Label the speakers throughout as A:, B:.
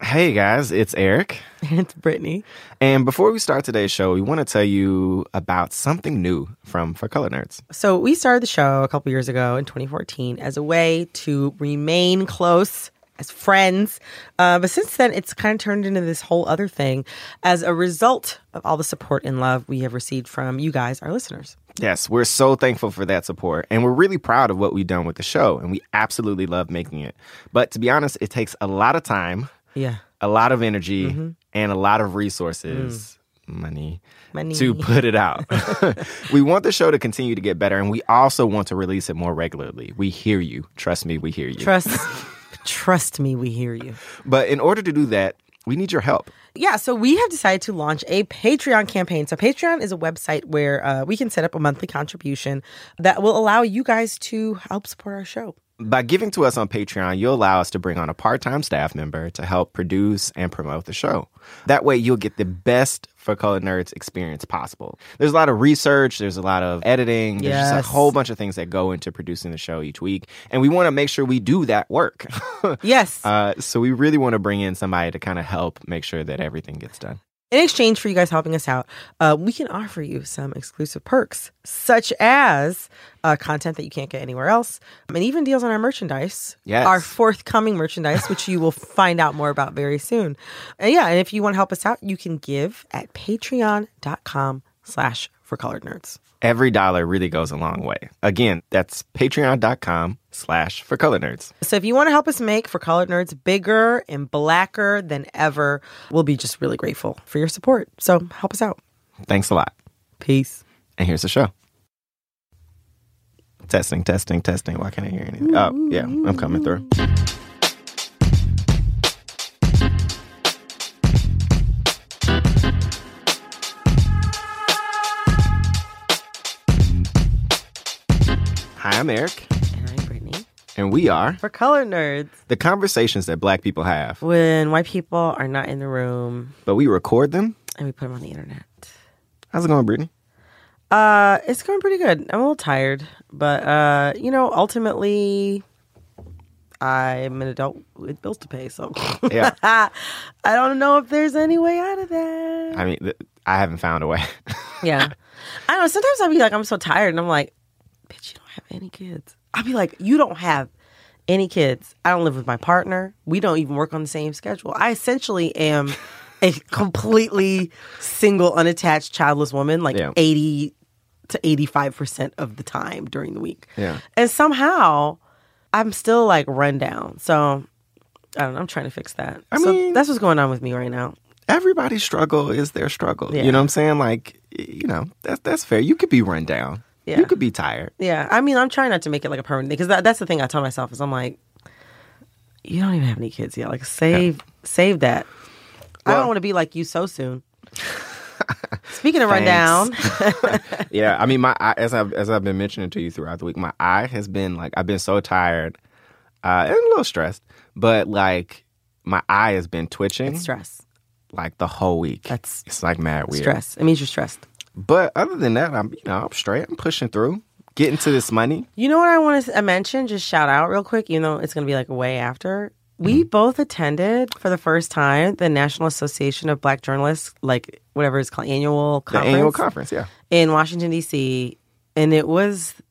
A: Hey guys, it's Eric.
B: it's Brittany.
A: And before we start today's show, we want to tell you about something new from For Color Nerds.
B: So we started the show a couple years ago in 2014 as a way to remain close as friends. Uh, but since then, it's kind of turned into this whole other thing as a result of all the support and love we have received from you guys, our listeners.
A: Yes, we're so thankful for that support, and we're really proud of what we've done with the show, and we absolutely love making it. But to be honest, it takes a lot of time,
B: Yeah.
A: a lot of energy,
B: Mm-hmm.
A: and a lot of resources, money,
B: Mm. Money.
A: to put it out. we want the show to continue to get better, and we also want to release it more regularly. We hear you. Trust me, we hear you.
B: Trust, trust me, we hear you.
A: But in order to do that, we need your help.
B: yeah, so we have decided to launch a Patreon campaign. So Patreon is a website where uh, we can set up a monthly contribution that will allow you guys to help support our show.
A: By giving to us on Patreon, you'll allow us to bring on a part time staff member to help produce and promote the show. That way, you'll get the best for Color Nerds experience possible. There's a lot of research, there's a lot of editing, there's
B: Yes.
A: just a whole bunch of things that go into producing the show each week. And we want to make sure we do that work.
B: Yes.
A: uh, so, we really want to bring in somebody to kind of help make sure that everything gets done.
B: In exchange for you guys helping us out, uh, we can offer you some exclusive perks, such as uh, content that you can't get anywhere else, um, and even deals on our merchandise.
A: Yes.
B: Our forthcoming merchandise, which you will find out more about very soon. And yeah, and if you want to help us out, you can give at patreon.com slash for colored nerds.
A: Every dollar really goes a long way. Again, that's patreon.com slash for color nerds.
B: So if you want to help us make for colored nerds bigger and blacker than ever, we'll be just really grateful for your support. So help us out.
A: Thanks a lot.
B: Peace.
A: And here's the show. Testing, testing, testing. Why can't I hear anything? Oh, yeah, I'm coming through. Hi, I'm Eric,
B: And I'm Brittany.
A: and we are
B: For color nerds.
A: the conversations that black people have,
B: when white people are not in the room
A: but we record them.
B: and we put them on the internet.
A: How's it going, Brittany?
B: Uh, it's going pretty good. I'm a little tired, but uh, you know, ultimately, I'm an adult with bills to pay, so
A: Yeah.
B: I don't know if there's any way out of that.
A: I mean, th- I haven't found a way.
B: Yeah, I don't know. Sometimes I'll be like, I'm so tired, and I'm like, bitch, you don't have any kids. I'll be like, you don't have any kids. I don't live with my partner. We don't even work on the same schedule. I essentially am a completely single, unattached, childless woman, like
A: Yeah.
B: 80 to 85% of the time during the week.
A: Yeah.
B: And somehow I'm still like run down. So I don't know. I'm trying to fix that.
A: I
B: so
A: mean-
B: that's what's going on with me right now.
A: everybody's struggle is their struggle.
B: Yeah.
A: You know what I'm saying? Like, you know, that's that's fair. You could be run down.
B: Yeah.
A: You could be tired.
B: Yeah, I mean, I'm trying not to make it like a permanent thing because that, that's the thing I tell myself is I'm like, you don't even have any kids yet. Like, save save that. I
A: Well-
B: don't want to be like you so soon. Speaking of rundown,
A: Yeah. I mean, my eye, as I as I've been mentioning to you throughout the week, my eye has been like I've been so tired uh, and a little stressed, but like my eye has been twitching
B: stress,
A: like the whole week.
B: That's
A: it's like mad weird.
B: stress. It means you're stressed.
A: But other than that, I'm you know I'm straight. I'm pushing through, getting to this money.
B: You know what I want to mention? Just shout out real quick. You know, it's going to be like way after. We
A: Mm-hmm.
B: both attended for the first time the National Association of Black Journalists, like whatever it's called, annual
A: The
B: conference.
A: annual conference. Yeah.
B: in Washington D.C. and it was the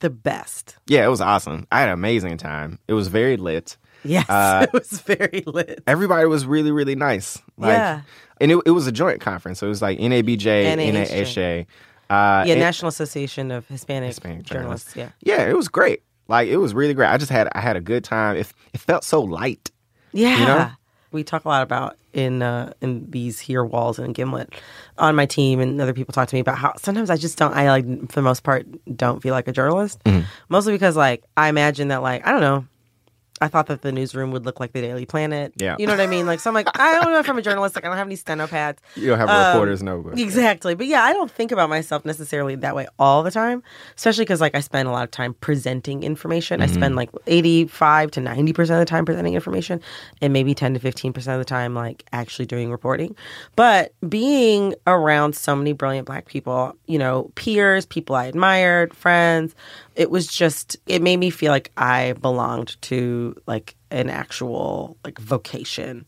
B: the best.
A: Yeah, it was awesome. I had an amazing time. It was very lit.
B: Yes,
A: Uh,
B: it was very lit.
A: Everybody was really, really nice. Like,
B: Yeah.
A: And it, it was a joint conference. So it was like NABJ,
B: NAHJ.
A: NAHJ. Uh,
B: yeah,
A: and-
B: National Association of Hispanic,
A: Hispanic
B: Journalists.
A: journalists.
B: Yeah.
A: yeah, it was great. Like it was really great. I just had I had a good time. It, it felt so light.
B: Yeah.
A: know?
B: We talk a lot about in uh, in these here walls and Gimlet on my team and other people talk to me about how sometimes I just don't I like for the most part don't feel like a journalist.
A: Mm-hmm.
B: Mostly because like I imagine that like I don't know. I thought that the newsroom would look like the Daily Planet.
A: Yeah.
B: You know what I mean? Like so I'm like, I don't know if I'm a journalist, like I don't have any steno pads.
A: You don't have a
B: Um,
A: reporter's notebook.
B: Exactly. But yeah, I don't think about myself necessarily that way all the time, especially because like I spend a lot of time presenting information. I spend like 85 to 90% of the time presenting information and maybe 10 to 15% of the time like actually doing reporting. But being around so many brilliant black people, you know, peers, people I admired, friends, it was just, it made me feel like I belonged to like an actual like vocation.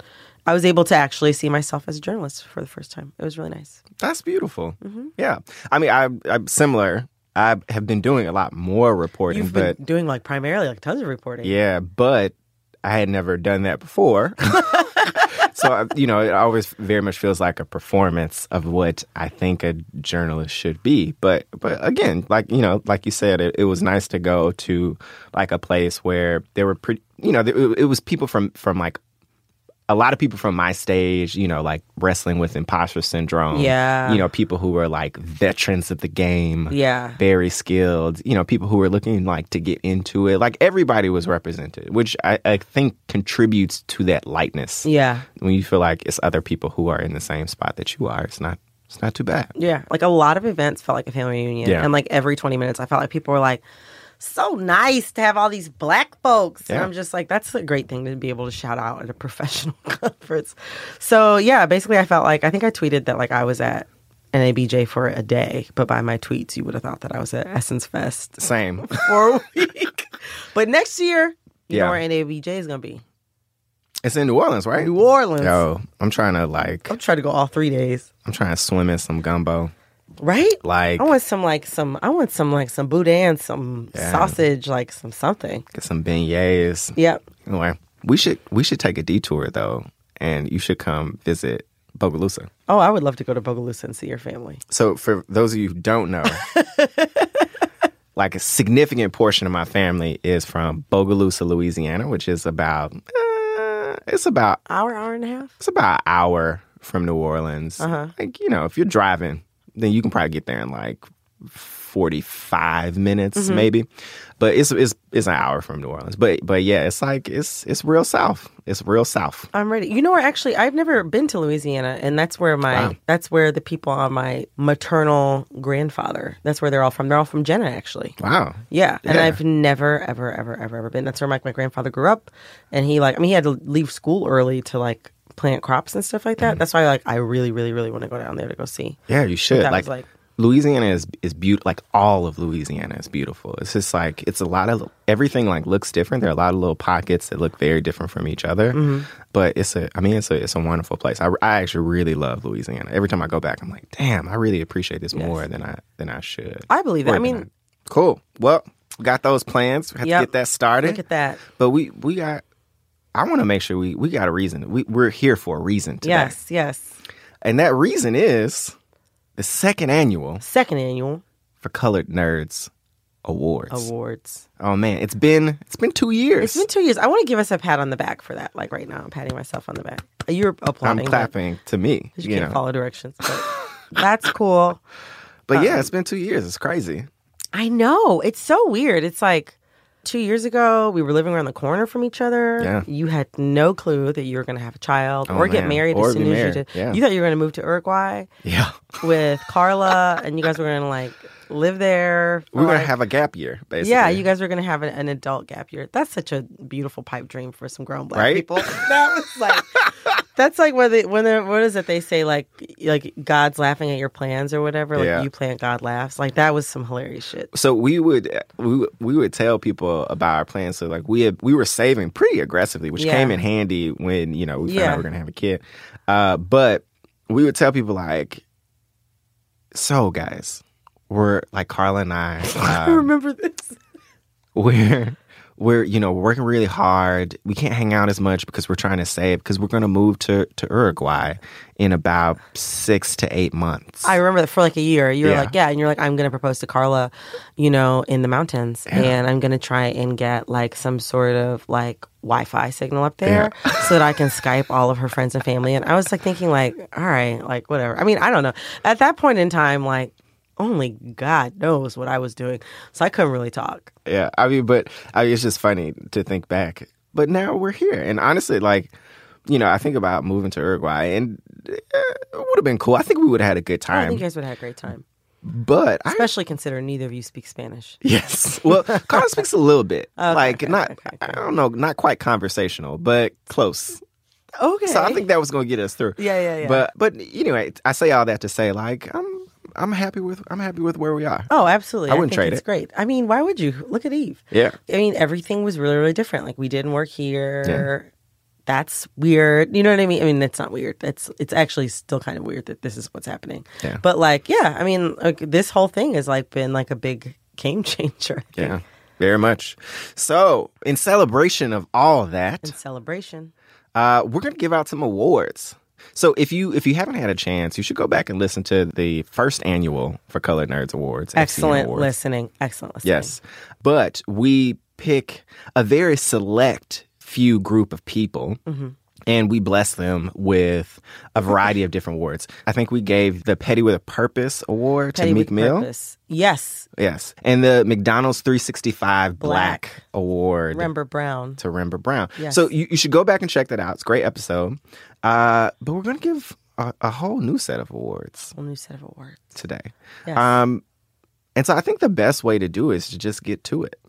B: I was able to actually see myself as a journalist for the first time. It was really nice.
A: That's beautiful.
B: Mm-hmm.
A: Yeah. I mean, I, I'm similar. I have been doing a lot more reporting,
B: You've
A: but
B: been doing like primarily like tons of reporting.
A: yeah, but I had never done that before. so, I- you know, it always very much feels like a performance of what I think a journalist should be. But, but again, like, you know, like you said, it, it was nice to go to like a place where there were pretty, you know, there, it was people from, from like, a lot of people from my stage, you know, like wrestling with imposter syndrome.
B: Yeah.
A: You know, people who were like veterans of the game.
B: Yeah.
A: Very skilled. You know, people who were looking like to get into it. Like everybody was represented, which I, I think contributes to that lightness.
B: Yeah.
A: When you feel like it's other people who are in the same spot that you are, it's not it's not too bad.
B: Yeah. Like a lot of events felt like a family reunion.
A: Yeah.
B: And like every 20 minutes, I felt like people were like, so nice to have all these black folks. And
A: Yeah.
B: I'm just like, that's a great thing to be able to shout out at a professional conference. So yeah, basically, I felt like, I think I tweeted that like I was at NABJ for a day, but by my tweets, you would have thought that I was at Essence Fest
A: Same.
B: for a week. but next year, you know
A: Yeah.
B: where NABJ is going to be.
A: it's in New Orleans, right?
B: New Orleans.
A: Yo, I'm trying to like
B: I'm trying to go all three days.
A: I'm trying to swim in some gumbo.
B: Right?
A: Like
B: I want some like some I want some like some boudin, some
A: Yeah.
B: sausage, like some something.
A: get some beignets.
B: Yep.
A: Anyway, we should we should take a detour though, and you should come visit Bogalusa.
B: Oh, I would love to go to Bogalusa and see your family.
A: So for those of you who don't know, like a significant portion of my family is from Bogalusa, Louisiana, which is about uh, it's about
B: Hour, hour and a half?
A: it's about an hour from New Orleans. Like you know, if you're driving, then you can probably get there in like forty five minutes, maybe. But it's it's it's an hour from New Orleans. But but yeah, it's like it's it's real south. It's real south.
B: I'm ready. You know where actually I've never been to Louisiana and that's where my
A: Wow.
B: that's where the people on my maternal grandfather. That's where they're all from. They're all from Jenna actually.
A: Wow.
B: Yeah, and
A: Yeah.
B: I've never, ever, ever, ever, ever been. That's where my, my grandfather grew up, and he like, I mean, he had to leave school early to like plant crops and stuff like that.
A: Mm-hmm.
B: That's why like I really, really, really want to go down there to go see.
A: Yeah, you should.
B: that
A: Like,
B: was like-
A: Louisiana is is beautiful. Like all of Louisiana is beautiful. It's just like it's a lot of everything. Like looks different. There are a lot of little pockets that look very different from each other.
B: Mm-hmm.
A: But it's a. I mean, it's a it's a wonderful place. I, I actually really love Louisiana. Every time I go back, I'm like, damn, I really appreciate this more than I than I should.
B: I believe it.
A: Or
B: I
A: than
B: mean-
A: cool. Well, we got those plans. We have
B: Yep.
A: to get that started.
B: Look at that.
A: But we we got. I want to make sure we we got a reason. We we're here for a reason today.
B: Yes, yes.
A: And that reason is the second annual
B: Second annual
A: for Colored Nerds Awards.
B: awards.
A: Oh man, it's been it's been two years.
B: It's been two years. I want to give us a pat on the back for that. Like right now, I'm patting myself on the back. You're
A: I'm
B: applauding. but-
A: clapping to me.
B: 'cause You,
A: you
B: can't
A: know.
B: follow directions. But that's cool.
A: But yeah, it's been two years. It's crazy.
B: I know. It's so weird. It's like two years ago, we were living around the corner from each other.
A: Yeah.
B: You had no clue that you were going to have a child
A: Oh,
B: or get
A: man.
B: married
A: Or
B: as soon
A: be
B: as you
A: married.
B: did.
A: Yeah.
B: You thought you were going to move to Uruguay
A: Yeah.
B: with Carla and you guys were going to like live there. for,
A: We're gonna
B: like-
A: have a gap year, basically.
B: yeah, you guys were gonna have an, an adult gap year. That's such a beautiful pipe dream for some grown black
A: Right?
B: people. That was like, that's like when they when they what is it they say like like God's laughing at your plans or whatever. Like
A: Yeah.
B: you plan, God laughs. Like that was some hilarious shit.
A: so we would we would- we would tell people about our plans. So like we had, we were saving pretty aggressively, which
B: Yeah.
A: came in handy when you know we found
B: Yeah.
A: out we are gonna have a kid. Uh, but we would tell people like, so guys, we're like Carla and I. um,
B: remember this.
A: where we're you know working really hard. We can't hang out as much because we're trying to save because we're going to move to to Uruguay in about six to eight months.
B: I remember that for like a year. You were
A: Yeah.
B: like, yeah, and you're like, I'm gonna propose to Carla, you know, in the mountains, and I'm gonna try and get like some sort of like Wi-Fi signal up there so that I can Skype all of her friends and family. And I was like thinking, like, all right, like whatever. I mean, I don't know. At that point in time, like. Only God knows what I was doing. So I couldn't really talk.
A: Yeah, I mean, but I mean, it's just funny to think back. But now we're here, and honestly, like, you know, I think about moving to Uruguay, and uh, it would have been cool. I think we would have had a good
B: I
A: time.
B: think you guys would have had a great time.
A: but I,
B: Especially considering neither of you speak Spanish.
A: yes, well, Carl speaks a little bit, like not,
B: okay,
A: I don't know, not quite conversational, but close.
B: Okay.
A: So I think that was gonna get us through.
B: Yeah, yeah, yeah.
A: But but anyway, I say all that to say, like, I'm I'm happy with I'm happy with where we are.
B: Oh, absolutely.
A: I wouldn't
B: think
A: trade
B: it's
A: it.
B: great. I mean, why would you? Look at Eve.
A: Yeah.
B: I mean, everything was really, really different. Like we didn't work here. That's weird. You know what I mean? I mean, it's not weird. It's it's actually still kind of weird that this is what's happening.
A: Yeah.
B: But like, yeah, I mean, like, this whole thing has like been like a big game changer. I think.
A: Yeah, very much. So in celebration of all that,
B: In celebration.
A: uh, we're going to give out some awards. So if you if you haven't had a chance, you should go back and listen to the first annual for Color Nerds Awards. FCN
B: Excellent
A: Awards.
B: listening. Excellent listening.
A: Yes, but we pick a very select few group of people.
B: Mm-hmm.
A: And we bless them with a variety of different awards. I think we gave the Petty with a Purpose Award
B: Petty
A: to Meek
B: with
A: Mill.
B: purpose. Yes.
A: Yes. And the McDonald's 365 Black,
B: Black.
A: Award
B: Remember Brown.
A: to Remember Brown.
B: Yes.
A: So you, you should go back and check that out. It's a great episode. Uh, but we're going to give a, a whole new set of awards
B: Whole new set of awards.
A: today.
B: Yes.
A: Um, and so I think the best way to do it is to just get to it.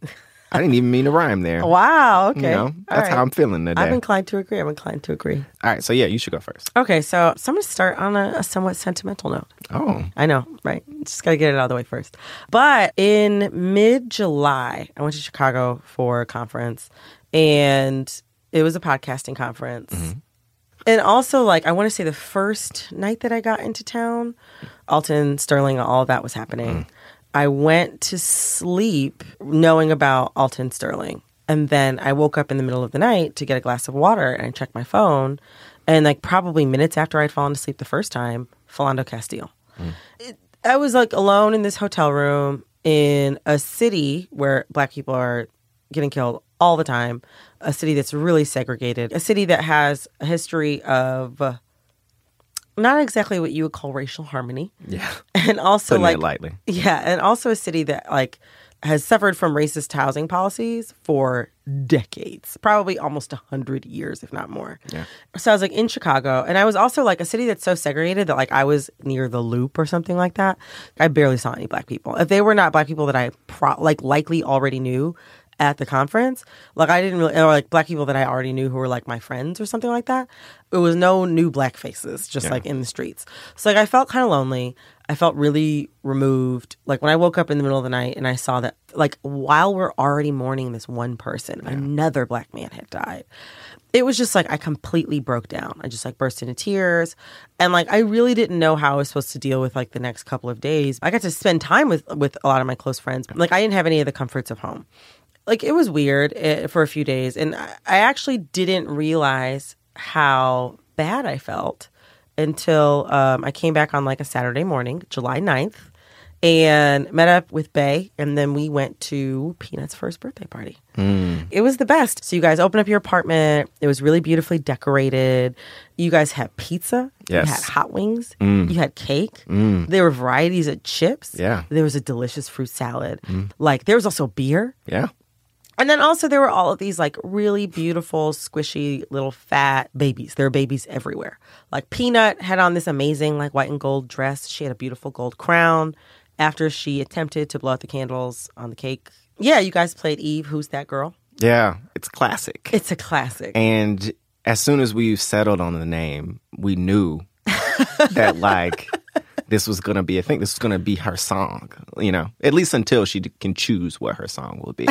A: I didn't even mean to rhyme there.
B: Wow. Oh, Okay.
A: You know,
B: All
A: that's
B: right.
A: how I'm feeling today.
B: I'm inclined to agree. I'm inclined to agree.
A: All right. So yeah, you should go first.
B: Okay, so, so I'm going to start on a, a somewhat sentimental note.
A: Oh,
B: I know, right? Just got to get it out of the way first. But in mid July, I went to Chicago for a conference, and it was a podcasting conference. And also, like, I want to say the first night that I got into town, Alton, Sterling, all that was happening. I went to sleep knowing about Alton Sterling. And then I woke up in the middle of the night to get a glass of water and I checked my phone. And, like, probably minutes after I'd fallen asleep the first time, Philando Castile. I was like alone in this hotel room in a city where black people are getting killed all the time, a city that's really segregated, a city that has a history of uh, not exactly what you would call racial harmony.
A: yeah.
B: And also,
A: Putting
B: like,
A: it lightly.
B: yeah, and also a city that like has suffered from racist housing policies for decades, probably almost a hundred years, if not more. Yeah. So I was like in Chicago, and I was also like a city that's so segregated that like I was near the Loop or something like that. I barely saw any black people. If they were not black people that I pro- like likely already knew at the conference, like I didn't really, or like black people that I already knew who were like my friends or something like that. It was no new black faces, just like in the streets. So like I felt kind of lonely. I felt really removed. Like when I woke up in the middle of the night and I saw that, like while we're already mourning this one person, another black man had died. It was just like I completely broke down. I just like burst into tears. And like I really didn't know how I was supposed to deal with like the next couple of days. I got to spend time with with a lot of my close friends. Like I didn't have any of the comforts of home like it was weird eh, for a few days and I I actually didn't realize how bad I felt until um, I came back on like a Saturday morning, July 9th, and met up with Bay and then we went to Peanut's first birthday party.
A: Mm.
B: It was the best. So you guys opened up your apartment. It was really beautifully decorated. You guys had pizza.
A: Yes. Mm.
B: You had hot wings. You had cake. There were varieties of chips.
A: Yeah. Mm.
B: There was a delicious fruit salad. Like there was also beer.
A: Yeah.
B: And then also there were all of these like really beautiful, squishy little fat babies. There were babies everywhere. Like Peanut had on this amazing like white and gold dress. She had a beautiful gold crown after she attempted to blow out the candles on the cake. Yeah, you guys played Eve, Who's That Girl?
A: Yeah. It's classic.
B: It's a classic.
A: And as soon as we settled on the name, we knew that like this was gonna be a thing. This was gonna be her song, you know. At least until she d- can choose what her song will be.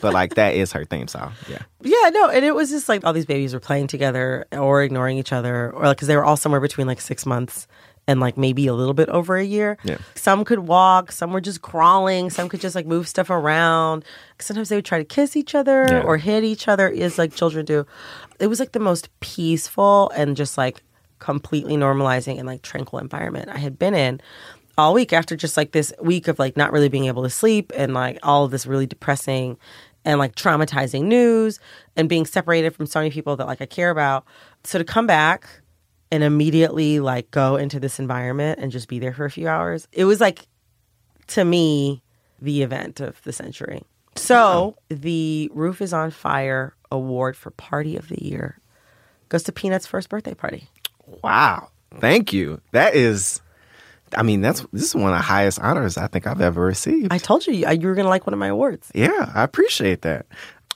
A: but like that is her theme song. Yeah,
B: Yeah, no, and it was just like all these babies were playing together or ignoring each other, or like because they were all somewhere between like six months and like maybe a little bit over a year.
A: Yeah.
B: Some could walk, some were just crawling, some could just like move stuff around. Sometimes they would try to kiss each other
A: Yeah.
B: or hit each other, is like children do. It was like the most peaceful and just like completely normalizing and like tranquil environment I had been in all week after just like this week of like not really being able to sleep and like all of this really depressing and like traumatizing news and being separated from so many people that like I care about. So to come back and immediately like go into this environment and just be there for a few hours, it was like to me the event of the century. So the Roof is on Fire award for party of the year goes to Peanut's first birthday party.
A: Wow. Thank you. That is, I mean, that's this is one of the highest honors I think I've ever received.
B: I told you you were going to like one of my awards.
A: yeah, I appreciate that.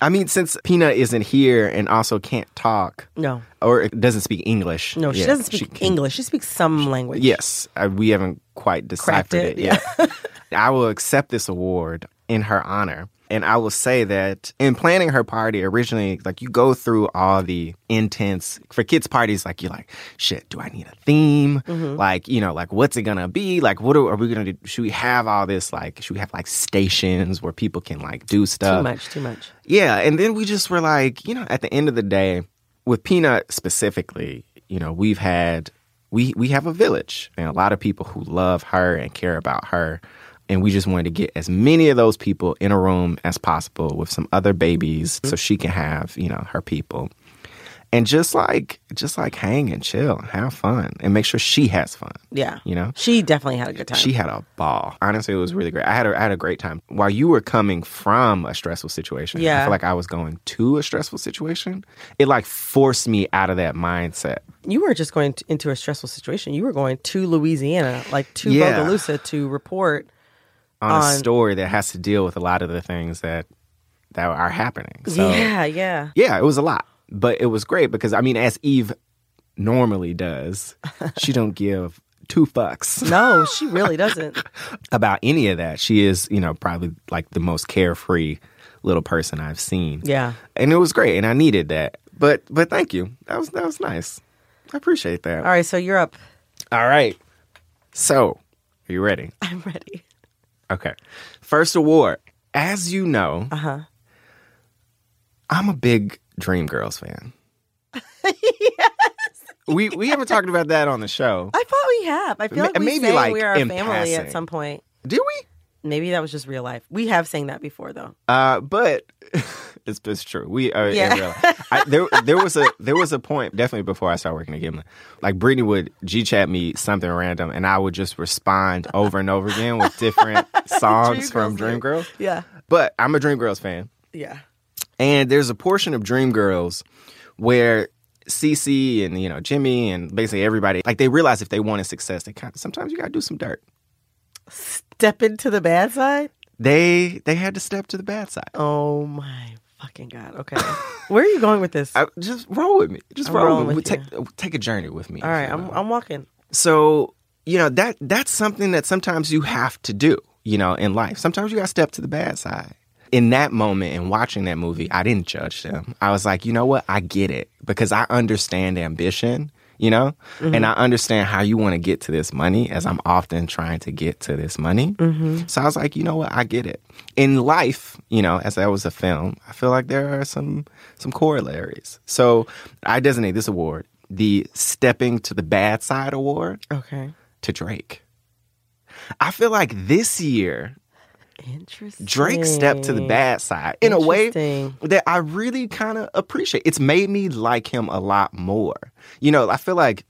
A: I mean, since Peanut isn't here and also can't talk
B: No.
A: or doesn't speak English.
B: No, she
A: yet,
B: doesn't speak
A: can-
B: English. She speaks some language.
A: Yes, I, we haven't quite deciphered
B: it,
A: it, yet. I will accept this award in her honor. And I will say that in planning her party originally, like you go through all the intense for kids' parties, like you're like, shit, do I need a theme?
B: Mm-hmm.
A: Like, you know, like what's it gonna be? Like, what are, are we gonna do? Should we have all this? Like, should we have like stations where people can like do
B: Too
A: stuff?
B: much, too much.
A: Yeah, and then we just were like, you know, at the end of the day, with Peanut specifically, you know, we've had we we have a village and a lot of people who love her and care about her, and we just wanted to get as many of those people in a room as possible with some other babies so she can have, you know, her people. And just like just like hang and chill and have fun and make sure she has fun.
B: Yeah.
A: You know?
B: She definitely had a good time.
A: She had a ball. Honestly, it was really great. I had a, I had a great time. While you were coming from a stressful situation, I
B: Yeah.
A: feel like I was going to a stressful situation. It like forced me out of that mindset.
B: you were just going to, into a stressful situation. You were going to Louisiana, like to
A: Yeah.
B: Bogalusa to report.
A: on, a
B: on-
A: story that has to deal with a lot of the things that that are happening. So
B: yeah, yeah.
A: yeah, it was a lot, but it was great because I mean, as Eve normally does, she don't give two fucks
B: No, she really doesn't.
A: about any of that. She is, you know, probably like the most carefree little person I've seen.
B: Yeah.
A: and it was great, and I needed that. But but thank you. That was that was nice. I appreciate that.
B: All right, so you're up.
A: All right. So, are you ready?
B: I'm ready.
A: Okay. First award. As you know,
B: Uh-huh.
A: I'm a big Dreamgirls fan. We we haven't talked about that on the show.
B: I thought we have. I feel
A: Ma-
B: like we
A: maybe,
B: say
A: like,
B: we are a
A: in
B: family
A: passing.
B: at some point.
A: Do we?
B: Maybe that was just real life. We have sang that before, though.
A: Uh, but it's, it's true. We are in
B: Yeah.
A: real life. I, there there was a there was a point definitely before I started working at Gimlin. Like Brittany would G chat me something random, and I would just respond over and over again with different songs from
B: Dreamgirls,
A: Dreamgirls.
B: Yeah,
A: But I'm a Dreamgirls fan.
B: yeah.
A: And there's a portion of Dreamgirls where Cece and you know Jimmy and basically everybody like they realize if they wanted success, they kind of, sometimes you gotta do some dirt.
B: Step into the bad side.
A: They they had to step to the bad side.
B: Oh my fucking god. Okay, where are you going with this?
A: I, just roll with me. Just
B: I'm
A: roll
B: rolling
A: with me.
B: with
A: Take take a journey with me.
B: All right, I'm I'm walking.
A: so you know that that's something that sometimes you have to do. You know, in life, sometimes you gotta step to the bad side. In that moment, in watching that movie, I didn't judge them. I was like, you know what? I get it because I understand ambition. You know, and I understand how you want to get to this money, as I'm often trying to get to this money. So I was like, you know what? I get it. In life, you know, as that was a film, I feel like there are some some corollaries. So I designate this award the Stepping to the Bad Side Award
B: Okay,
A: to Drake. I feel like this year
B: interesting.
A: Drake stepped to the bad side in a way
B: Hmm. Interesting.
A: that I really kind of appreciate. It's made me like him a lot more. You know, I feel like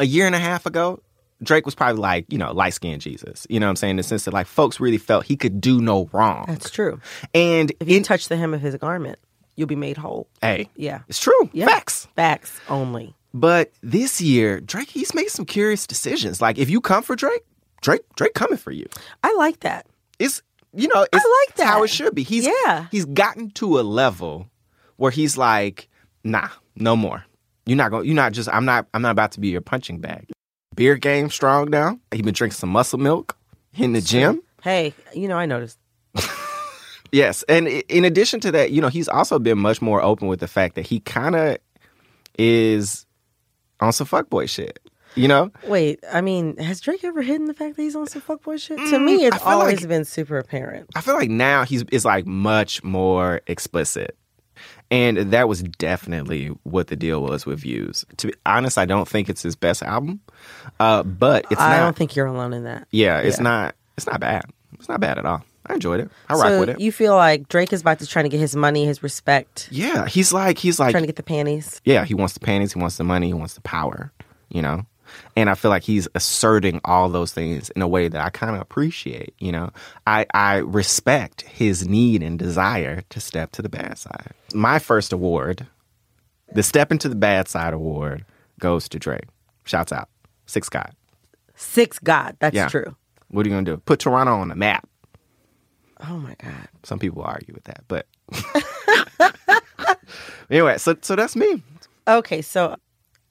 A: a year and a half ago, Drake was probably like, you know, light skinned Jesus. You know what I'm saying? In the sense that like folks really felt he could do no wrong.
B: That's true.
A: and
B: If you
A: in-
B: touch the hem of his garment, you'll be made whole.
A: hey,
B: Yeah.
A: it's true.
B: Yeah.
A: Facts.
B: Facts only.
A: But this year, Drake, he's made some curious decisions. Like if you come for Drake, Drake, Drake coming for you.
B: I like that.
A: It's you know, it's
B: like
A: it's how
B: that.
A: it should be. He's
B: Yeah.
A: he's gotten to a level where he's like, nah, no more. You're not going you're not just I'm not I'm not about to be your punching bag. Beer game strong now. He been drinking some muscle milk in the gym.
B: Hey, you know I noticed.
A: Yes, and i- in addition to that, you know, he's also been much more open with the fact that he kind of is on some fuckboy shit. You know,
B: Wait, I mean, has Drake ever hidden the fact that he's on some fuckboy shit? to me, it's
A: Mm, I feel
B: always
A: like-
B: been super apparent.
A: I feel like now he's is like much more explicit. And that was definitely what the deal was with views. To be honest, I don't think it's his best album, uh, but it's
B: I
A: not.
B: don't think you're alone in that.
A: yeah, it's not. It's not bad. It's not bad at all. I enjoyed it. I rock
B: so
A: with it.
B: you feel like Drake is about to trying to get his money, his respect,
A: yeah, he's like he's like
B: trying to get the panties.
A: yeah. He wants the panties. He wants the money. He wants the power. You know. And I feel like he's asserting all those things in a way that I kind of appreciate. You know, I, I respect his need and desire to step to the bad side. My first award The Step Into the Bad Side Award goes to Drake. Shouts out. Six God.
B: Six God, that's
A: Yeah.
B: true.
A: What are you going to do? Put Toronto on the map.
B: Oh my God.
A: Some people argue with that, but anyway, so, so that's me.
B: Okay, so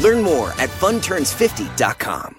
C: Learn more at funturns50.com.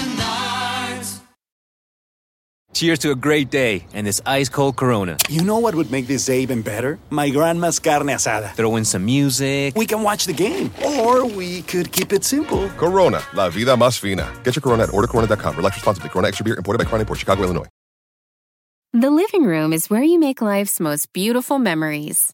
D: Cheers to a great day and this ice cold Corona.
E: You know what would make this day even better? My grandma's carne asada.
D: Throw in some music.
E: We can watch the game, or we could keep it simple.
F: Corona, la vida más fina. Get your Corona at ordercorona.com. Relax responsibly. Corona Extra Beer imported by Crown Port, Chicago, Illinois.
G: The living room is where you make life's most beautiful memories.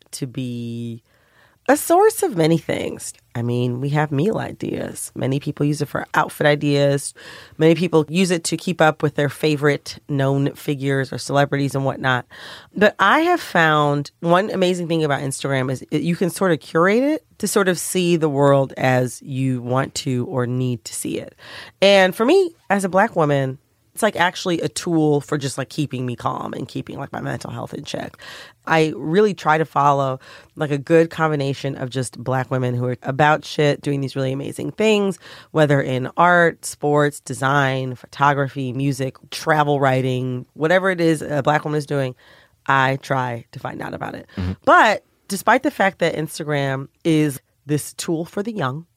B: to be a source of many things. I mean, we have meal ideas. Many people use it for outfit ideas. Many people use it to keep up with their favorite known figures or celebrities and whatnot. But I have found one amazing thing about Instagram is it, you can sort of curate it to sort of see the world as you want to or need to see it. And for me, as a black woman, it's like actually a tool for just like keeping me calm and keeping like my mental health in check. I really try to follow like a good combination of just black women who are about shit, doing these really amazing things, whether in art, sports, design, photography, music, travel writing, whatever it is a black woman is doing. I try to find out about it. But despite the fact that Instagram is this tool for the young,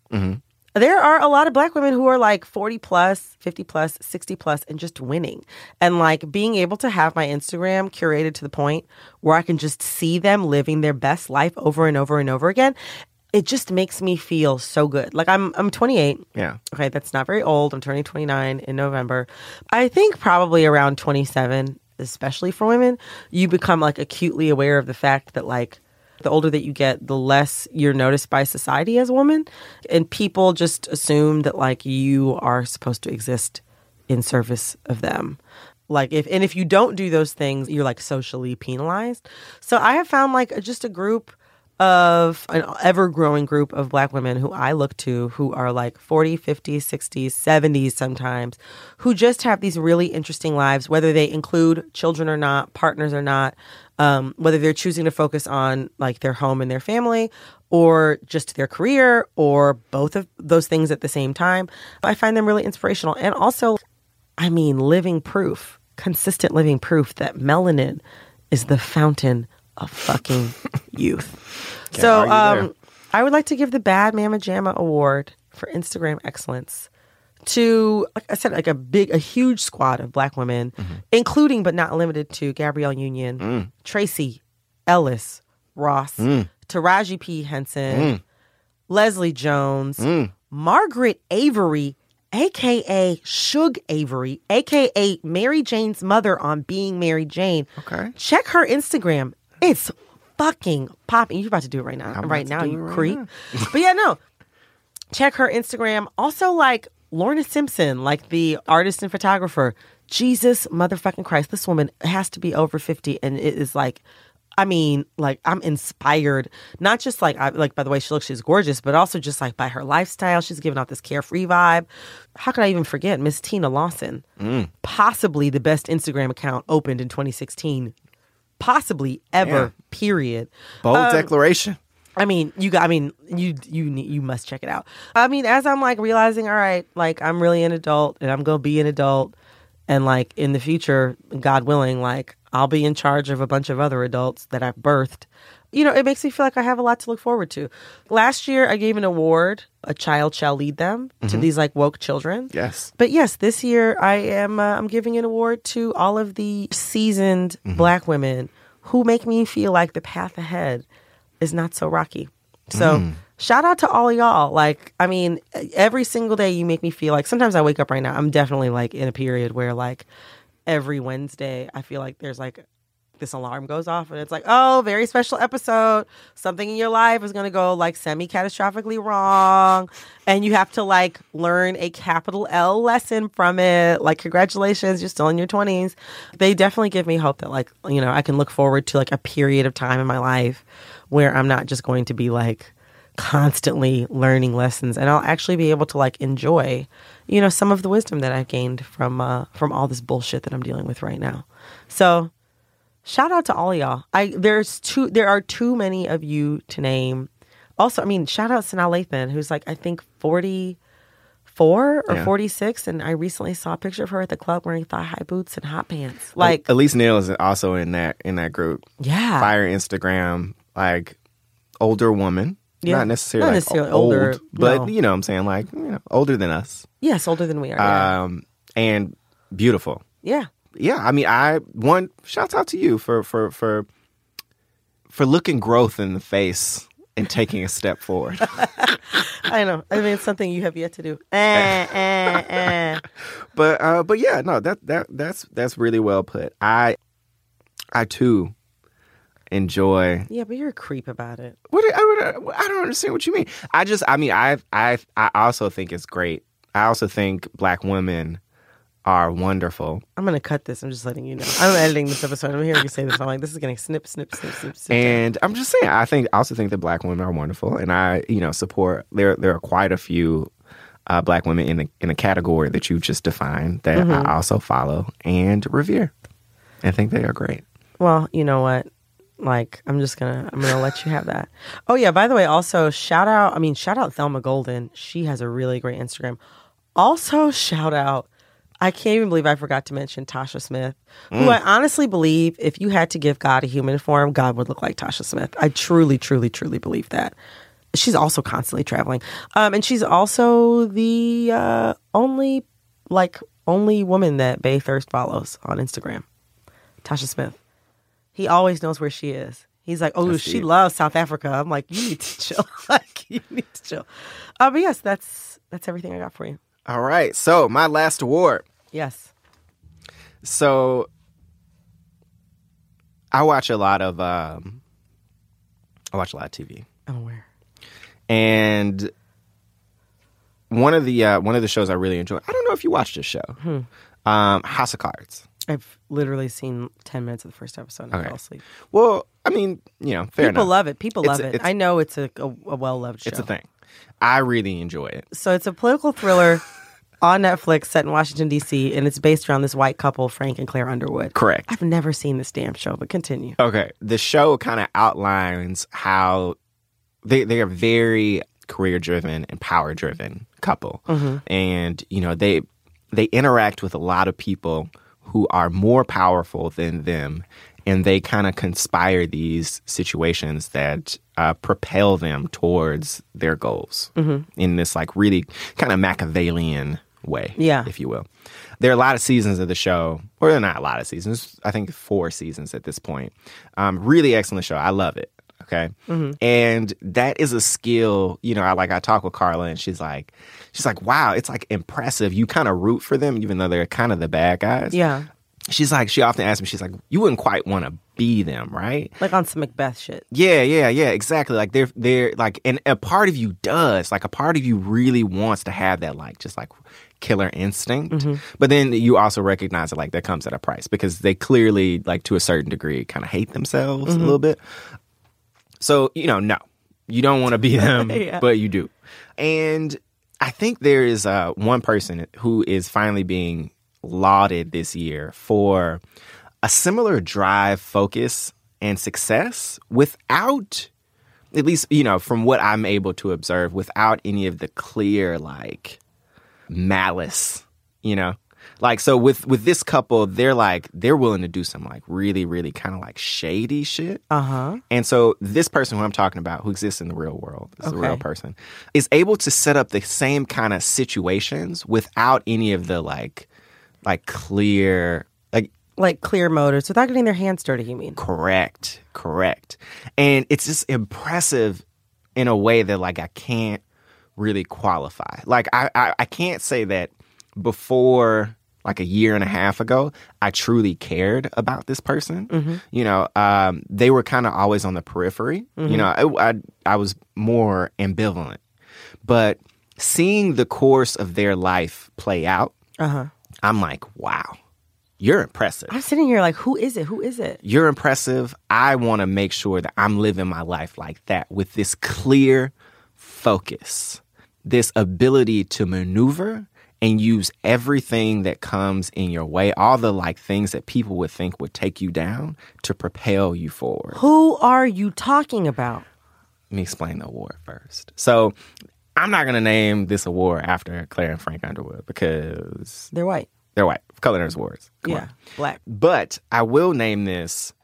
B: there are a lot of black women who are like 40 plus, 50 plus, 60 plus, and just winning. And like being able to have my Instagram curated to the point where I can just see them living their best life over and over and over again. It just makes me feel so good. Like I'm I'm 28.
A: Yeah.
B: Okay, that's not very old. I'm turning 29 in November. I think probably around 27, especially for women, you become like acutely aware of the fact that like the older that you get, the less you're noticed by society as a woman. And people just assume that like you are supposed to exist in service of them. Like if and if you don't do those things, you're like socially penalized. So I have found like just a group of an ever growing group of black women who I look to who are like 40, 50, 60, 70 sometimes, who just have these really interesting lives, whether they include children or not, partners or not, um, whether they're choosing to focus on like their home and their family or just their career or both of those things at the same time. I find them really inspirational and also I mean, living proof, consistent living proof that melanin is the fountain of fucking youth. so,
A: argue there.
B: um, I would like to give the Bad Mama Jamma Award for Instagram excellence to, like I said, like a big, a huge squad of black women, including but not limited to Gabrielle Union,
A: Mm-hmm. Mm.
B: Tracy Ellis Ross,
A: Mm.
B: Taraji P. Henson,
A: Mm.
B: Leslie Jones, Margaret Avery, aka Suge Avery, aka Mary Jane's mother on Being Mary Jane.
A: Okay.
B: Check her Instagram. It's fucking popping. You're about to do it right now.
A: about
B: right
A: to
B: now,
A: do it
B: you
A: right
B: creep.
A: now.
B: but yeah, no. Check her Instagram. Also, like Lorna Simpson, like the artist and photographer. Jesus motherfucking Christ. This woman has to be over 50 and it is like I mean, like I'm inspired, not just like I like by the way she looks, she's gorgeous, but also just like by her lifestyle, she's giving out this carefree vibe. How could I even forget Miss Tina Lawson?
A: Mm.
B: Possibly the best Instagram account opened in 2016, possibly ever.
A: Yeah.
B: Period.
A: Bold
B: Um,
A: declaration.
B: I mean, you got. I mean, you you need- you must check it out. I mean, as I'm like realizing, all right, like I'm really an adult, and I'm gonna be an adult, and like in the future, God willing, like I'll be in charge of a bunch of other adults that I've birthed. You know, it makes me feel like I have a lot to look forward to. Last year, I gave an award, "A Child Shall Lead Them," to
A: Mhm.
B: these like woke children.
A: Yes.
B: But yes, this year I am uh, I'm giving an award to all of the seasoned black women who make me feel like the path ahead is not so rocky. So
A: Mm.
B: shout out to all of y'all. Like I mean, every single day you make me feel like sometimes I wake up right now I'm definitely like in a period where like every Wednesday I feel like there's like this alarm goes off and it's like, oh, very special episode. Something in your life is going to go like semi catastrophically wrong. And you have to like learn a capital L lesson from it. Like, congratulations, you're still in your 20s. They definitely give me hope that, like, you know, I can look forward to like a period of time in my life where I'm not just going to be like constantly learning lessons and I'll actually be able to like enjoy, you know, some of the wisdom that I've gained from, uh, from all this bullshit that I'm dealing with right now. So, shout out to all of y'all. I there's too there are too many of you to name. Also, I mean, shout out Sanaa Lathan, who's like I think forty four or
A: Yeah.
B: forty six, and I recently saw a picture of her at the club wearing thigh high boots and hot pants. Like
A: Elise Neal is also in that in that group.
B: Yeah.
A: Fire Instagram, like older woman.
B: Yeah.
A: Not necessarily,
B: Not
A: like,
B: necessarily
A: old,
B: older,
A: but
B: no.
A: you know what I'm saying, like, you know, older than us.
B: yes, older than we are.
A: Um and beautiful.
B: yeah.
A: yeah,
B: yeah.
A: I mean, I one shout out to you for for for for looking growth in the face and taking a step forward.
B: I know. I mean, it's something you have yet to do. Eh, eh, eh.
A: but uh, but yeah, no, that that that's that's really well put. I I too enjoy.
B: Yeah, but you're a creep about it.
A: What do- I, what, I don't understand what you mean. I just I mean I I I also think it's great. I also think black women are wonderful.
B: I'm gonna cut this. I'm just letting you know. I'm editing this episode. I'm hearing you say this. I'm like, this is getting snip, snip, snip, snip, snip.
A: And I'm just saying, I think I also think that black women are wonderful, and I, you know, support. There, there are quite a few uh, black women in the in the category that you just defined that
B: Mhm.
A: I also follow and revere. I think they are great.
B: Well, you know what? Like, I'm just gonna I'm gonna let you have that. Oh yeah, by the way, also shout out I mean shout out Thelma Golden. She has a really great Instagram. Also shout out I can't even believe I forgot to mention Tasha Smith, who
H: Mm.
B: I honestly believe if you had to give God a human form, God would look like Tasha Smith. I truly, truly, truly believe that. She's also constantly traveling. Um, and she's also the uh, only like only woman that Bay Thirst follows on Instagram. Tasha Smith. He always knows where she is. He's like, oh,
H: That's
B: she
H: deep.
B: loves South Africa. I'm like, you need to chill. like, you need to chill. Uh, but yes, that's that's everything I got for you.
A: All right, so my last award.
B: Yes.
A: So I watch a lot of um, I watch a lot of TV.
B: I'm aware.
A: and one of the uh, one of the shows I really enjoy. I don't know if you watch this show,
B: Hmm.
A: um, House of Cards.
B: I've literally seen 10 minutes of the first episode and I
A: Okay.
B: fell asleep.
A: Well, I mean, you know, fair
B: People
A: enough.
B: love it. People
A: It's-
B: love it.
A: it's-
B: I know it's a, a, a well loved show.
A: It's a thing. I really enjoy it.
B: So it's a political thriller on Netflix set in Washington, D.C., and it's based around this white couple, Frank and Claire Underwood.
A: Correct.
B: I've never seen this damn show, but continue.
A: Okay. The show kind of outlines how they they are very career driven and power driven couple.
B: Mhm.
A: And, you know, they they interact with a lot of people who are more powerful than them and they kind of conspire these situations that uh, propel them towards their goals
B: Mhm.
A: in this like really kind of Machiavellian way,
B: Yeah.
A: if you will. There are a lot of seasons of the show, or there are not a lot of seasons. I think four seasons at this point. Um, really excellent show. I love it. Okay,
H: Mhm.
A: and that is a skill. You know, I like I talk with Carla, and she's like, she's like, wow, it's like impressive. You kind of root for them, even though they're kind of the bad guys.
B: Yeah.
A: She's like, she often asks me, she's like, you wouldn't quite want to be them, right?
B: Like on some Macbeth shit.
A: Yeah, yeah, yeah, exactly. Like they're they're like, and a part of you does. Like a part of you really wants to have that, like just like killer instinct.
B: Mhm.
A: But then you also recognize that like that comes at a price because they clearly like to a certain degree kind of hate themselves
H: Mhm.
A: a little bit. So you know, no, you don't want to be them,
H: Yeah.
A: but you do. And I think there is uh, one person who is finally being lauded this year for a similar drive, focus, and success without, at least, you know, from what I'm able to observe, without any of the clear, like, malice, you know? Like so with with this couple, they're like they're willing to do some like really really kind of like shady shit.
B: Uh huh.
A: And so this person who I'm talking about, who exists in the real world, is a
B: Okay.
A: real person, is able to set up the same kind of situations without any of the like, like clear, like
B: Like clear motors without getting their hands dirty, you mean?
A: correct, correct, and it's just impressive in a way that like I can't really qualify. Like I, I, I can't say that before like a year and a half ago, I truly cared about this person
H: Mhm.
A: you know, um, they were kind of always on the periphery.
H: Mhm.
A: You know, I, I I was more ambivalent, but seeing the course of their life play out,
B: Uh huh.
A: I'm like, wow, you're impressive.
B: I'm sitting here like, who is it? Who is it?
A: You're impressive. I want to make sure that I'm living my life like that with this clear focus, this ability to maneuver and use everything that comes in your way, all the like things that people would think would take you down to propel you forward.
B: Who are you talking about?
A: Let me explain the award first. So I'm not going to name this award after Claire and Frank Underwood because
B: They're white.
A: they're white. Culinary Awards.
B: yeah. Black.
A: But I will name this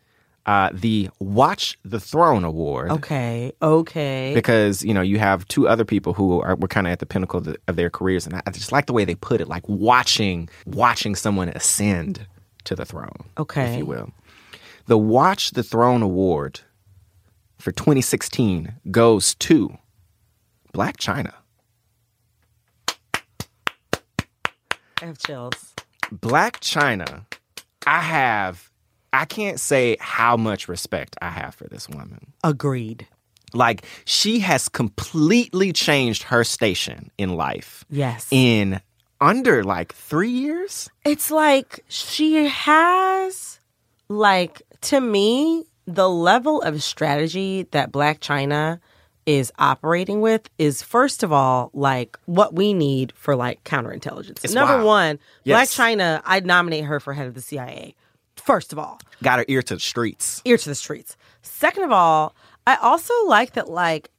A: uh, the Watch the Throne Award.
B: Okay. Okay.
A: Because you know you have two other people who are were kind of at the pinnacle of, the, of their careers, and I I just like the way they put it, like watching watching someone ascend to the throne,
B: Okay.
A: if you will. The Watch the Throne Award for 2016 goes to Black China.
B: I have chills.
A: Black China, I have, I can't say how much respect I have for this woman.
B: Agreed.
A: Like, she has completely changed her station in life.
B: Yes.
A: In under like three years?
B: It's like she has, like, to me, the level of strategy that Black China is operating with is, first of all, like what we need for like counterintelligence.
A: It's
B: Number
A: wild.
B: one, Black
A: Yes.
B: China, I nominate her for head of the CIA, first of all.
A: Got her ear to the streets.
B: ear to the streets. Second of all, I also like that like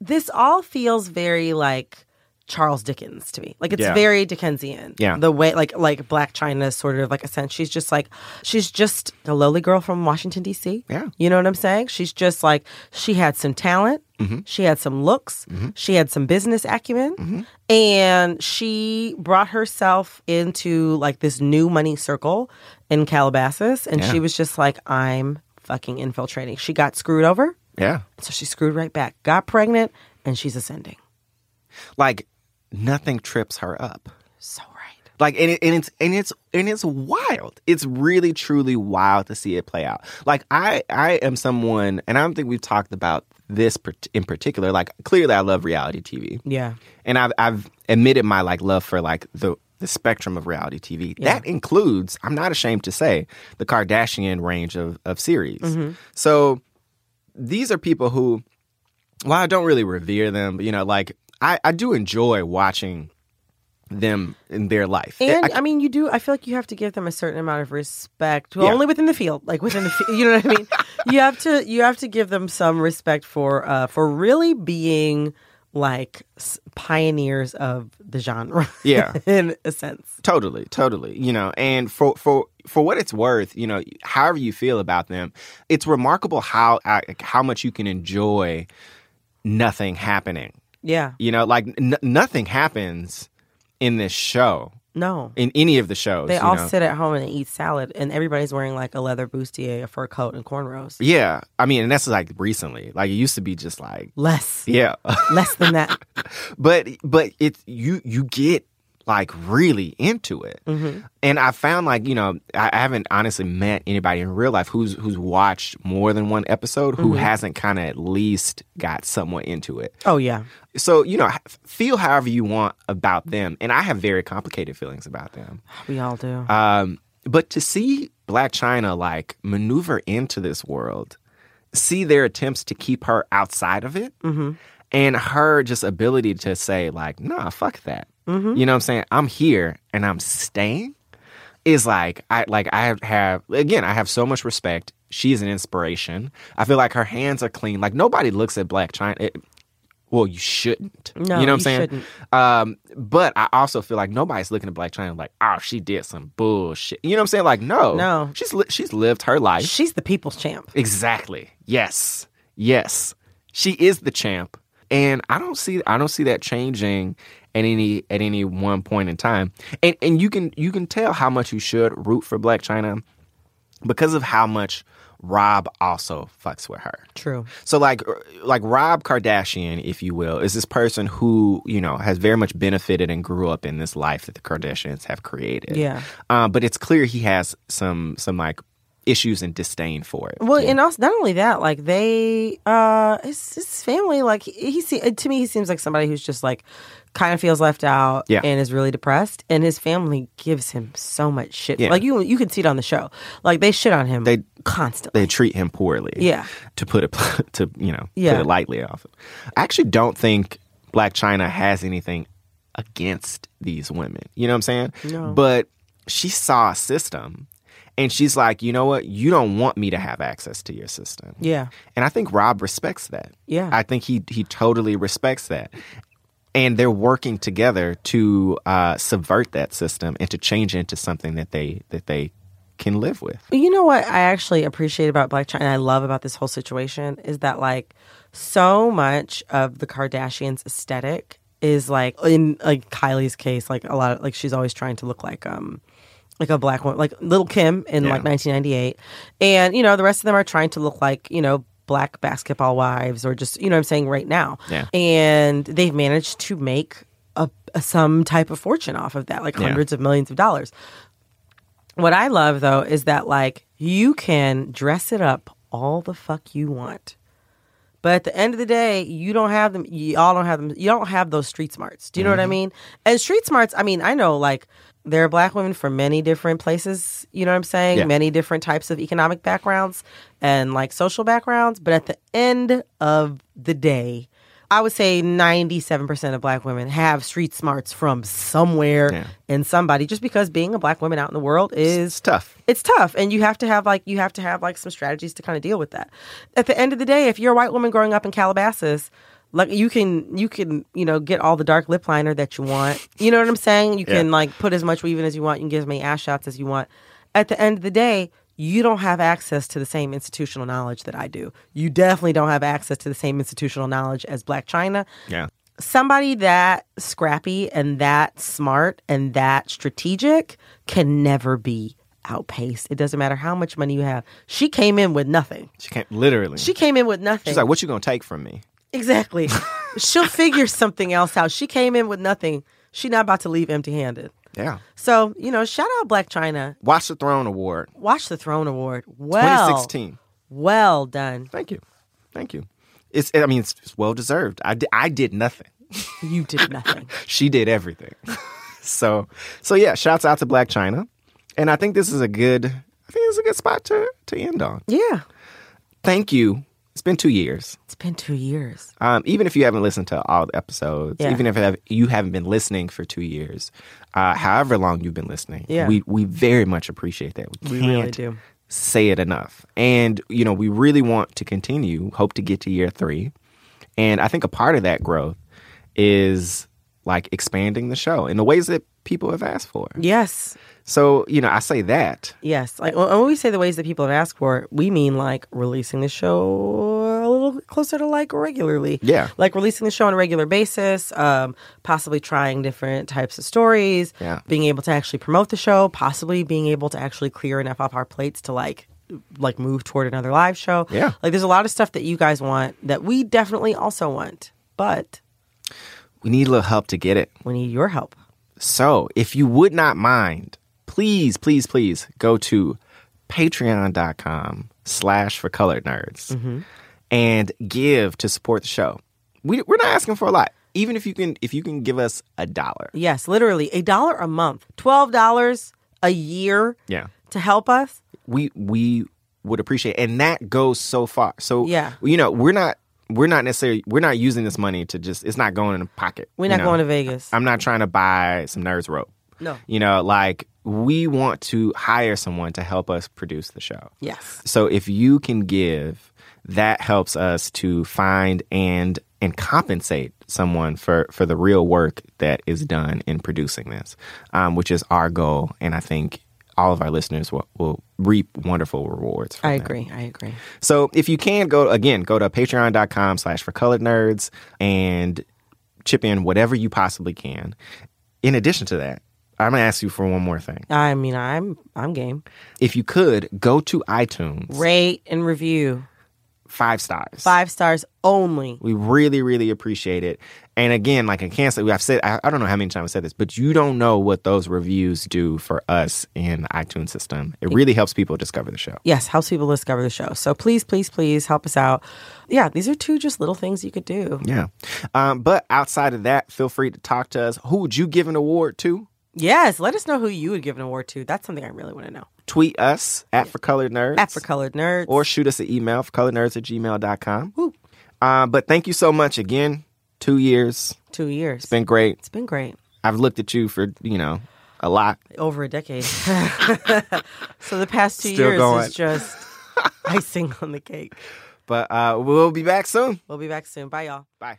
B: this all feels very like Charles Dickens to me. Like it's
H: Yeah.
B: very Dickensian.
H: Yeah.
B: The way like like Black China is sort of like a sense she's just like she's just a lowly girl from Washington DC.
A: Yeah.
B: You know what I'm saying? She's just like she had some talent.
H: Mhm.
B: She had some looks.
H: Mm-hmm.
B: She had some business acumen. And she brought herself into like this new money circle in Calabasas. And
H: Yeah.
B: she was just like, I'm fucking infiltrating. She got screwed over.
A: Yeah.
B: So she screwed right back, got pregnant, and she's ascending.
A: Like, nothing trips her up.
B: So right.
A: Like and, it, and it's and it's and it's wild. It's really truly wild to see it play out. Like I I am someone, and I don't think we've talked about this part- in particular. Like clearly, I love reality TV.
B: Yeah.
A: and I've I've admitted my like love for like the the spectrum of reality TV.
H: Yeah.
A: That includes, I'm not ashamed to say, the Kardashian range of of series.
H: Mhm.
A: So these are people who, well, I don't really revere them, but you know, like I I do enjoy watching them in their life.
B: And
A: I-
B: I, mean, you do. I feel like you have to give them a certain amount of respect,
A: Yeah.
B: only within the field, like within the field. You know what I mean? you have to. You have to give them some respect for uh, for really being like s- pioneers of the genre.
A: Yeah.
B: in a sense.
A: Totally, totally. You know, and for for for what it's worth, you know, however you feel about them, it's remarkable how uh, how much you can enjoy nothing happening.
B: Yeah.
A: You know, like n- nothing happens in this show.
B: No.
A: In any of the shows.
B: They
A: you
B: all
A: know?
B: sit at home and eat salad, and everybody's wearing like a leather bustier, a fur coat, and cornrows.
A: Yeah. I mean, and that's like recently. Like it used to be just like
B: Less.
A: Yeah.
B: Less than that.
A: but but it's you you get like really into it.
B: Mm-hmm.
A: And I found like, you know, I I haven't honestly met anybody in real life who's who's watched more than one episode who
B: Mhm.
A: hasn't kind of at least got somewhat into it.
B: Oh, yeah.
A: So, you know, h- feel however you want about them. And I have very complicated feelings about them.
B: We all do.
A: Um, but to see Black China like maneuver into this world, see their attempts to keep her outside of it,
B: Mm-hmm.
A: and her just ability to say like, "Nah, fuck that."
B: Mhm.
A: You know what I'm saying? I'm here and I'm staying. Is like I like I have again. I have so much respect. She's an inspiration. I feel like her hands are clean. Like nobody looks at Black China. It, well, you shouldn't.
B: No,
A: you know what I'm
B: you
A: saying?
B: shouldn't.
A: Um, but I also feel like nobody's looking at Black China like, oh, she did some bullshit. You know what I'm saying? Like, no,
B: No.
A: she's li- she's lived her life.
B: She's the people's champ.
A: Exactly. Yes. Yes. She is the champ. And I don't see I don't see that changing at any at any one point in time. And and you can you can tell how much you should root for Black China because of how much Rob also fucks with her.
B: True.
A: So like er, like Rob Kardashian, if you will, is this person who, you know, has very much benefited and grew up in this life that the Kardashians have created.
B: Yeah.
A: Uh, but it's clear he has some some like issues and disdain for it.
B: Well, and also not only that, like they, uh, his, his family, like he, he se- uh, to me, he seems like somebody who's just like kind of feels left out
A: Yeah.
B: and is really depressed, and his family gives him so much shit.
A: Yeah.
B: Like you, you can see it on the show. Like they shit on him. They constantly.
A: They treat him poorly.
B: Yeah.
A: To put it to you know
B: Yeah.
A: put it lightly off. I actually don't think Black China has anything against these women. You know what I'm saying?
B: No.
A: But she saw a system, and she's like, you know what? You don't want me to have access to your system.
B: Yeah.
A: And I think Rob respects that.
B: Yeah.
A: I think he he totally respects that. And they're working together to uh, subvert that system and to change it into something that they that they can live with.
B: But You know what I actually appreciate about Black China, and I love about this whole situation is that like so much of the Kardashians' aesthetic is like in like Kylie's case, like a lot of like she's always trying to look like um like a black woman, like Little Kim in like 1998, and you know the rest of them are trying to look like you know black basketball wives or just you know what I'm saying right now,
A: Yeah.
B: and they've managed to make a, a some type of fortune off of that, like
A: Yeah.
B: hundreds of millions of dollars. What I love though is that like you can dress it up all the fuck you want. But at the end of the day, you don't have them. Y'all don't have them. You don't have those street smarts. Do you know
A: Mm-hmm.
B: what I mean? And street smarts, I mean, I know like there are black women from many different places. You know what I'm saying?
A: Yeah.
B: Many different types of economic backgrounds and like social backgrounds. But at the end of the day, I would say 97% of black women have street smarts from somewhere
A: Yeah.
B: and somebody just because being a black woman out in the world is
A: It's tough.
B: it's tough and you have to have like you have to have like some strategies to kind of deal with that at the end of the day if you're a white woman growing up in calabasas like you can you can you know get all the dark lip liner that you want you know what i'm saying you
A: Yeah.
B: can like put as much weave in as you want you can get as many ass shots as you want at the end of the day you don't have access to the same institutional knowledge that i do you definitely don't have access to the same institutional knowledge as black china
A: Yeah.
B: somebody that scrappy and that smart and that strategic can never be outpaced. It doesn't matter how much money you have. She came in with nothing.
A: She can't literally.
B: She came in with nothing.
A: She's like, "What you gonna take from me?"
B: exactly. She'll figure something else out. She came in with nothing. She's not about to leave empty handed.
A: Yeah.
B: So, you know, shout out Black China.
A: Watch the Throne Award,
B: Watch the Throne Award. Well,
A: 2016.
B: Well done.
A: Thank you, thank you. It's. I mean, it's, it's well deserved. I did. I did nothing.
B: You did nothing.
A: She did everything. so, so yeah. Shouts out to Black China, and I think this is a good. I think it's a good spot to to end on.
B: yeah.
A: Thank you. It's been two years.
B: It's been two years.
A: Um, even if you haven't listened to all the episodes,
B: Yeah.
A: even if have- you haven't been listening for two years, uh, however long you've been listening,
B: Yeah.
A: we we very much appreciate that. We,
B: We
A: can't
B: really do.
A: say it enough, and you know we really want to continue. Hope to get to year three, and I think a part of that growth is like expanding the show in the ways that people have asked for.
B: Yes.
A: So you know I say that
B: Yes, like when when we say the ways that people have asked for, it, we mean like releasing the show a little little closer to like regularly.
A: Yeah.
B: Like releasing the show on a regular basis, um, possibly trying different types of stories,
A: Yeah.
B: being able to actually promote the show, possibly being able to actually clear enough off our plates to like like move toward another live show.
A: Yeah.
B: Like there's a lot of stuff that you guys want that we definitely also want. But
A: We need a little help to get it.
B: We need your help.
A: So, if you would not mind, please, please, please go to patreon.com slash for colored nerds and give to support the show. We, we're not asking for a lot. Even if you can, if you can give us a dollar,
B: yes, literally a dollar a month, twelve dollars a year
A: yeah,
B: to help us.
A: we we would appreciate, it. and that goes so far. So
B: Yeah.
A: you know, we're not we're not necessarily we're not using this money to just. It's not going in a pocket.
B: We're
A: you
B: not
A: know?
B: going to Vegas.
A: I'm not trying to buy some nerds rope.
B: No.
A: You know, like we want to hire someone to help us produce the show.
B: Yes.
A: So if you can give, that helps us to find and and compensate someone for for the real work that is done in producing this, um, which is our goal, and I think all of our listeners will, will reap wonderful rewards. From
B: I
A: that.
B: agree. I agree.
A: So if you can go again, go to patreon.com slash for colored nerds and chip in whatever you possibly can. In addition to that, I'm gonna ask you for one more thing.
B: I mean, I'm I'm game.
A: If you could go to iTunes,
B: Rate and review.
A: five stars.
B: Five stars only.
A: We really, really appreciate it. And again, like I can't say I've said I, I don't know how many times I said this, but you don't know what those reviews do for us in the iTunes system. It really helps people discover the show.
B: Yes, helps people discover the show. So please, please, please help us out. Yeah, these are two just little things you could do.
A: Yeah. Um, but outside of that, feel free to talk to us. Who would you give an award to?
B: Yes, let us know who you would give an award to. That's something I really want to know.
A: Tweet us at For Colored Nerds.
B: At for colored nerds.
A: Or shoot us an email, forcolorednerds at gmail.com. Uh, but thank you so much again. Two years.
B: two years.
A: It's been great.
B: It's been great.
A: I've looked at you for, you know, a lot.
B: Over a decade. so the past two
A: Still
B: years
A: going.
B: is just icing on the cake.
A: But uh, we'll be back soon.
B: We'll be back soon. Bye, y'all.
A: Bye.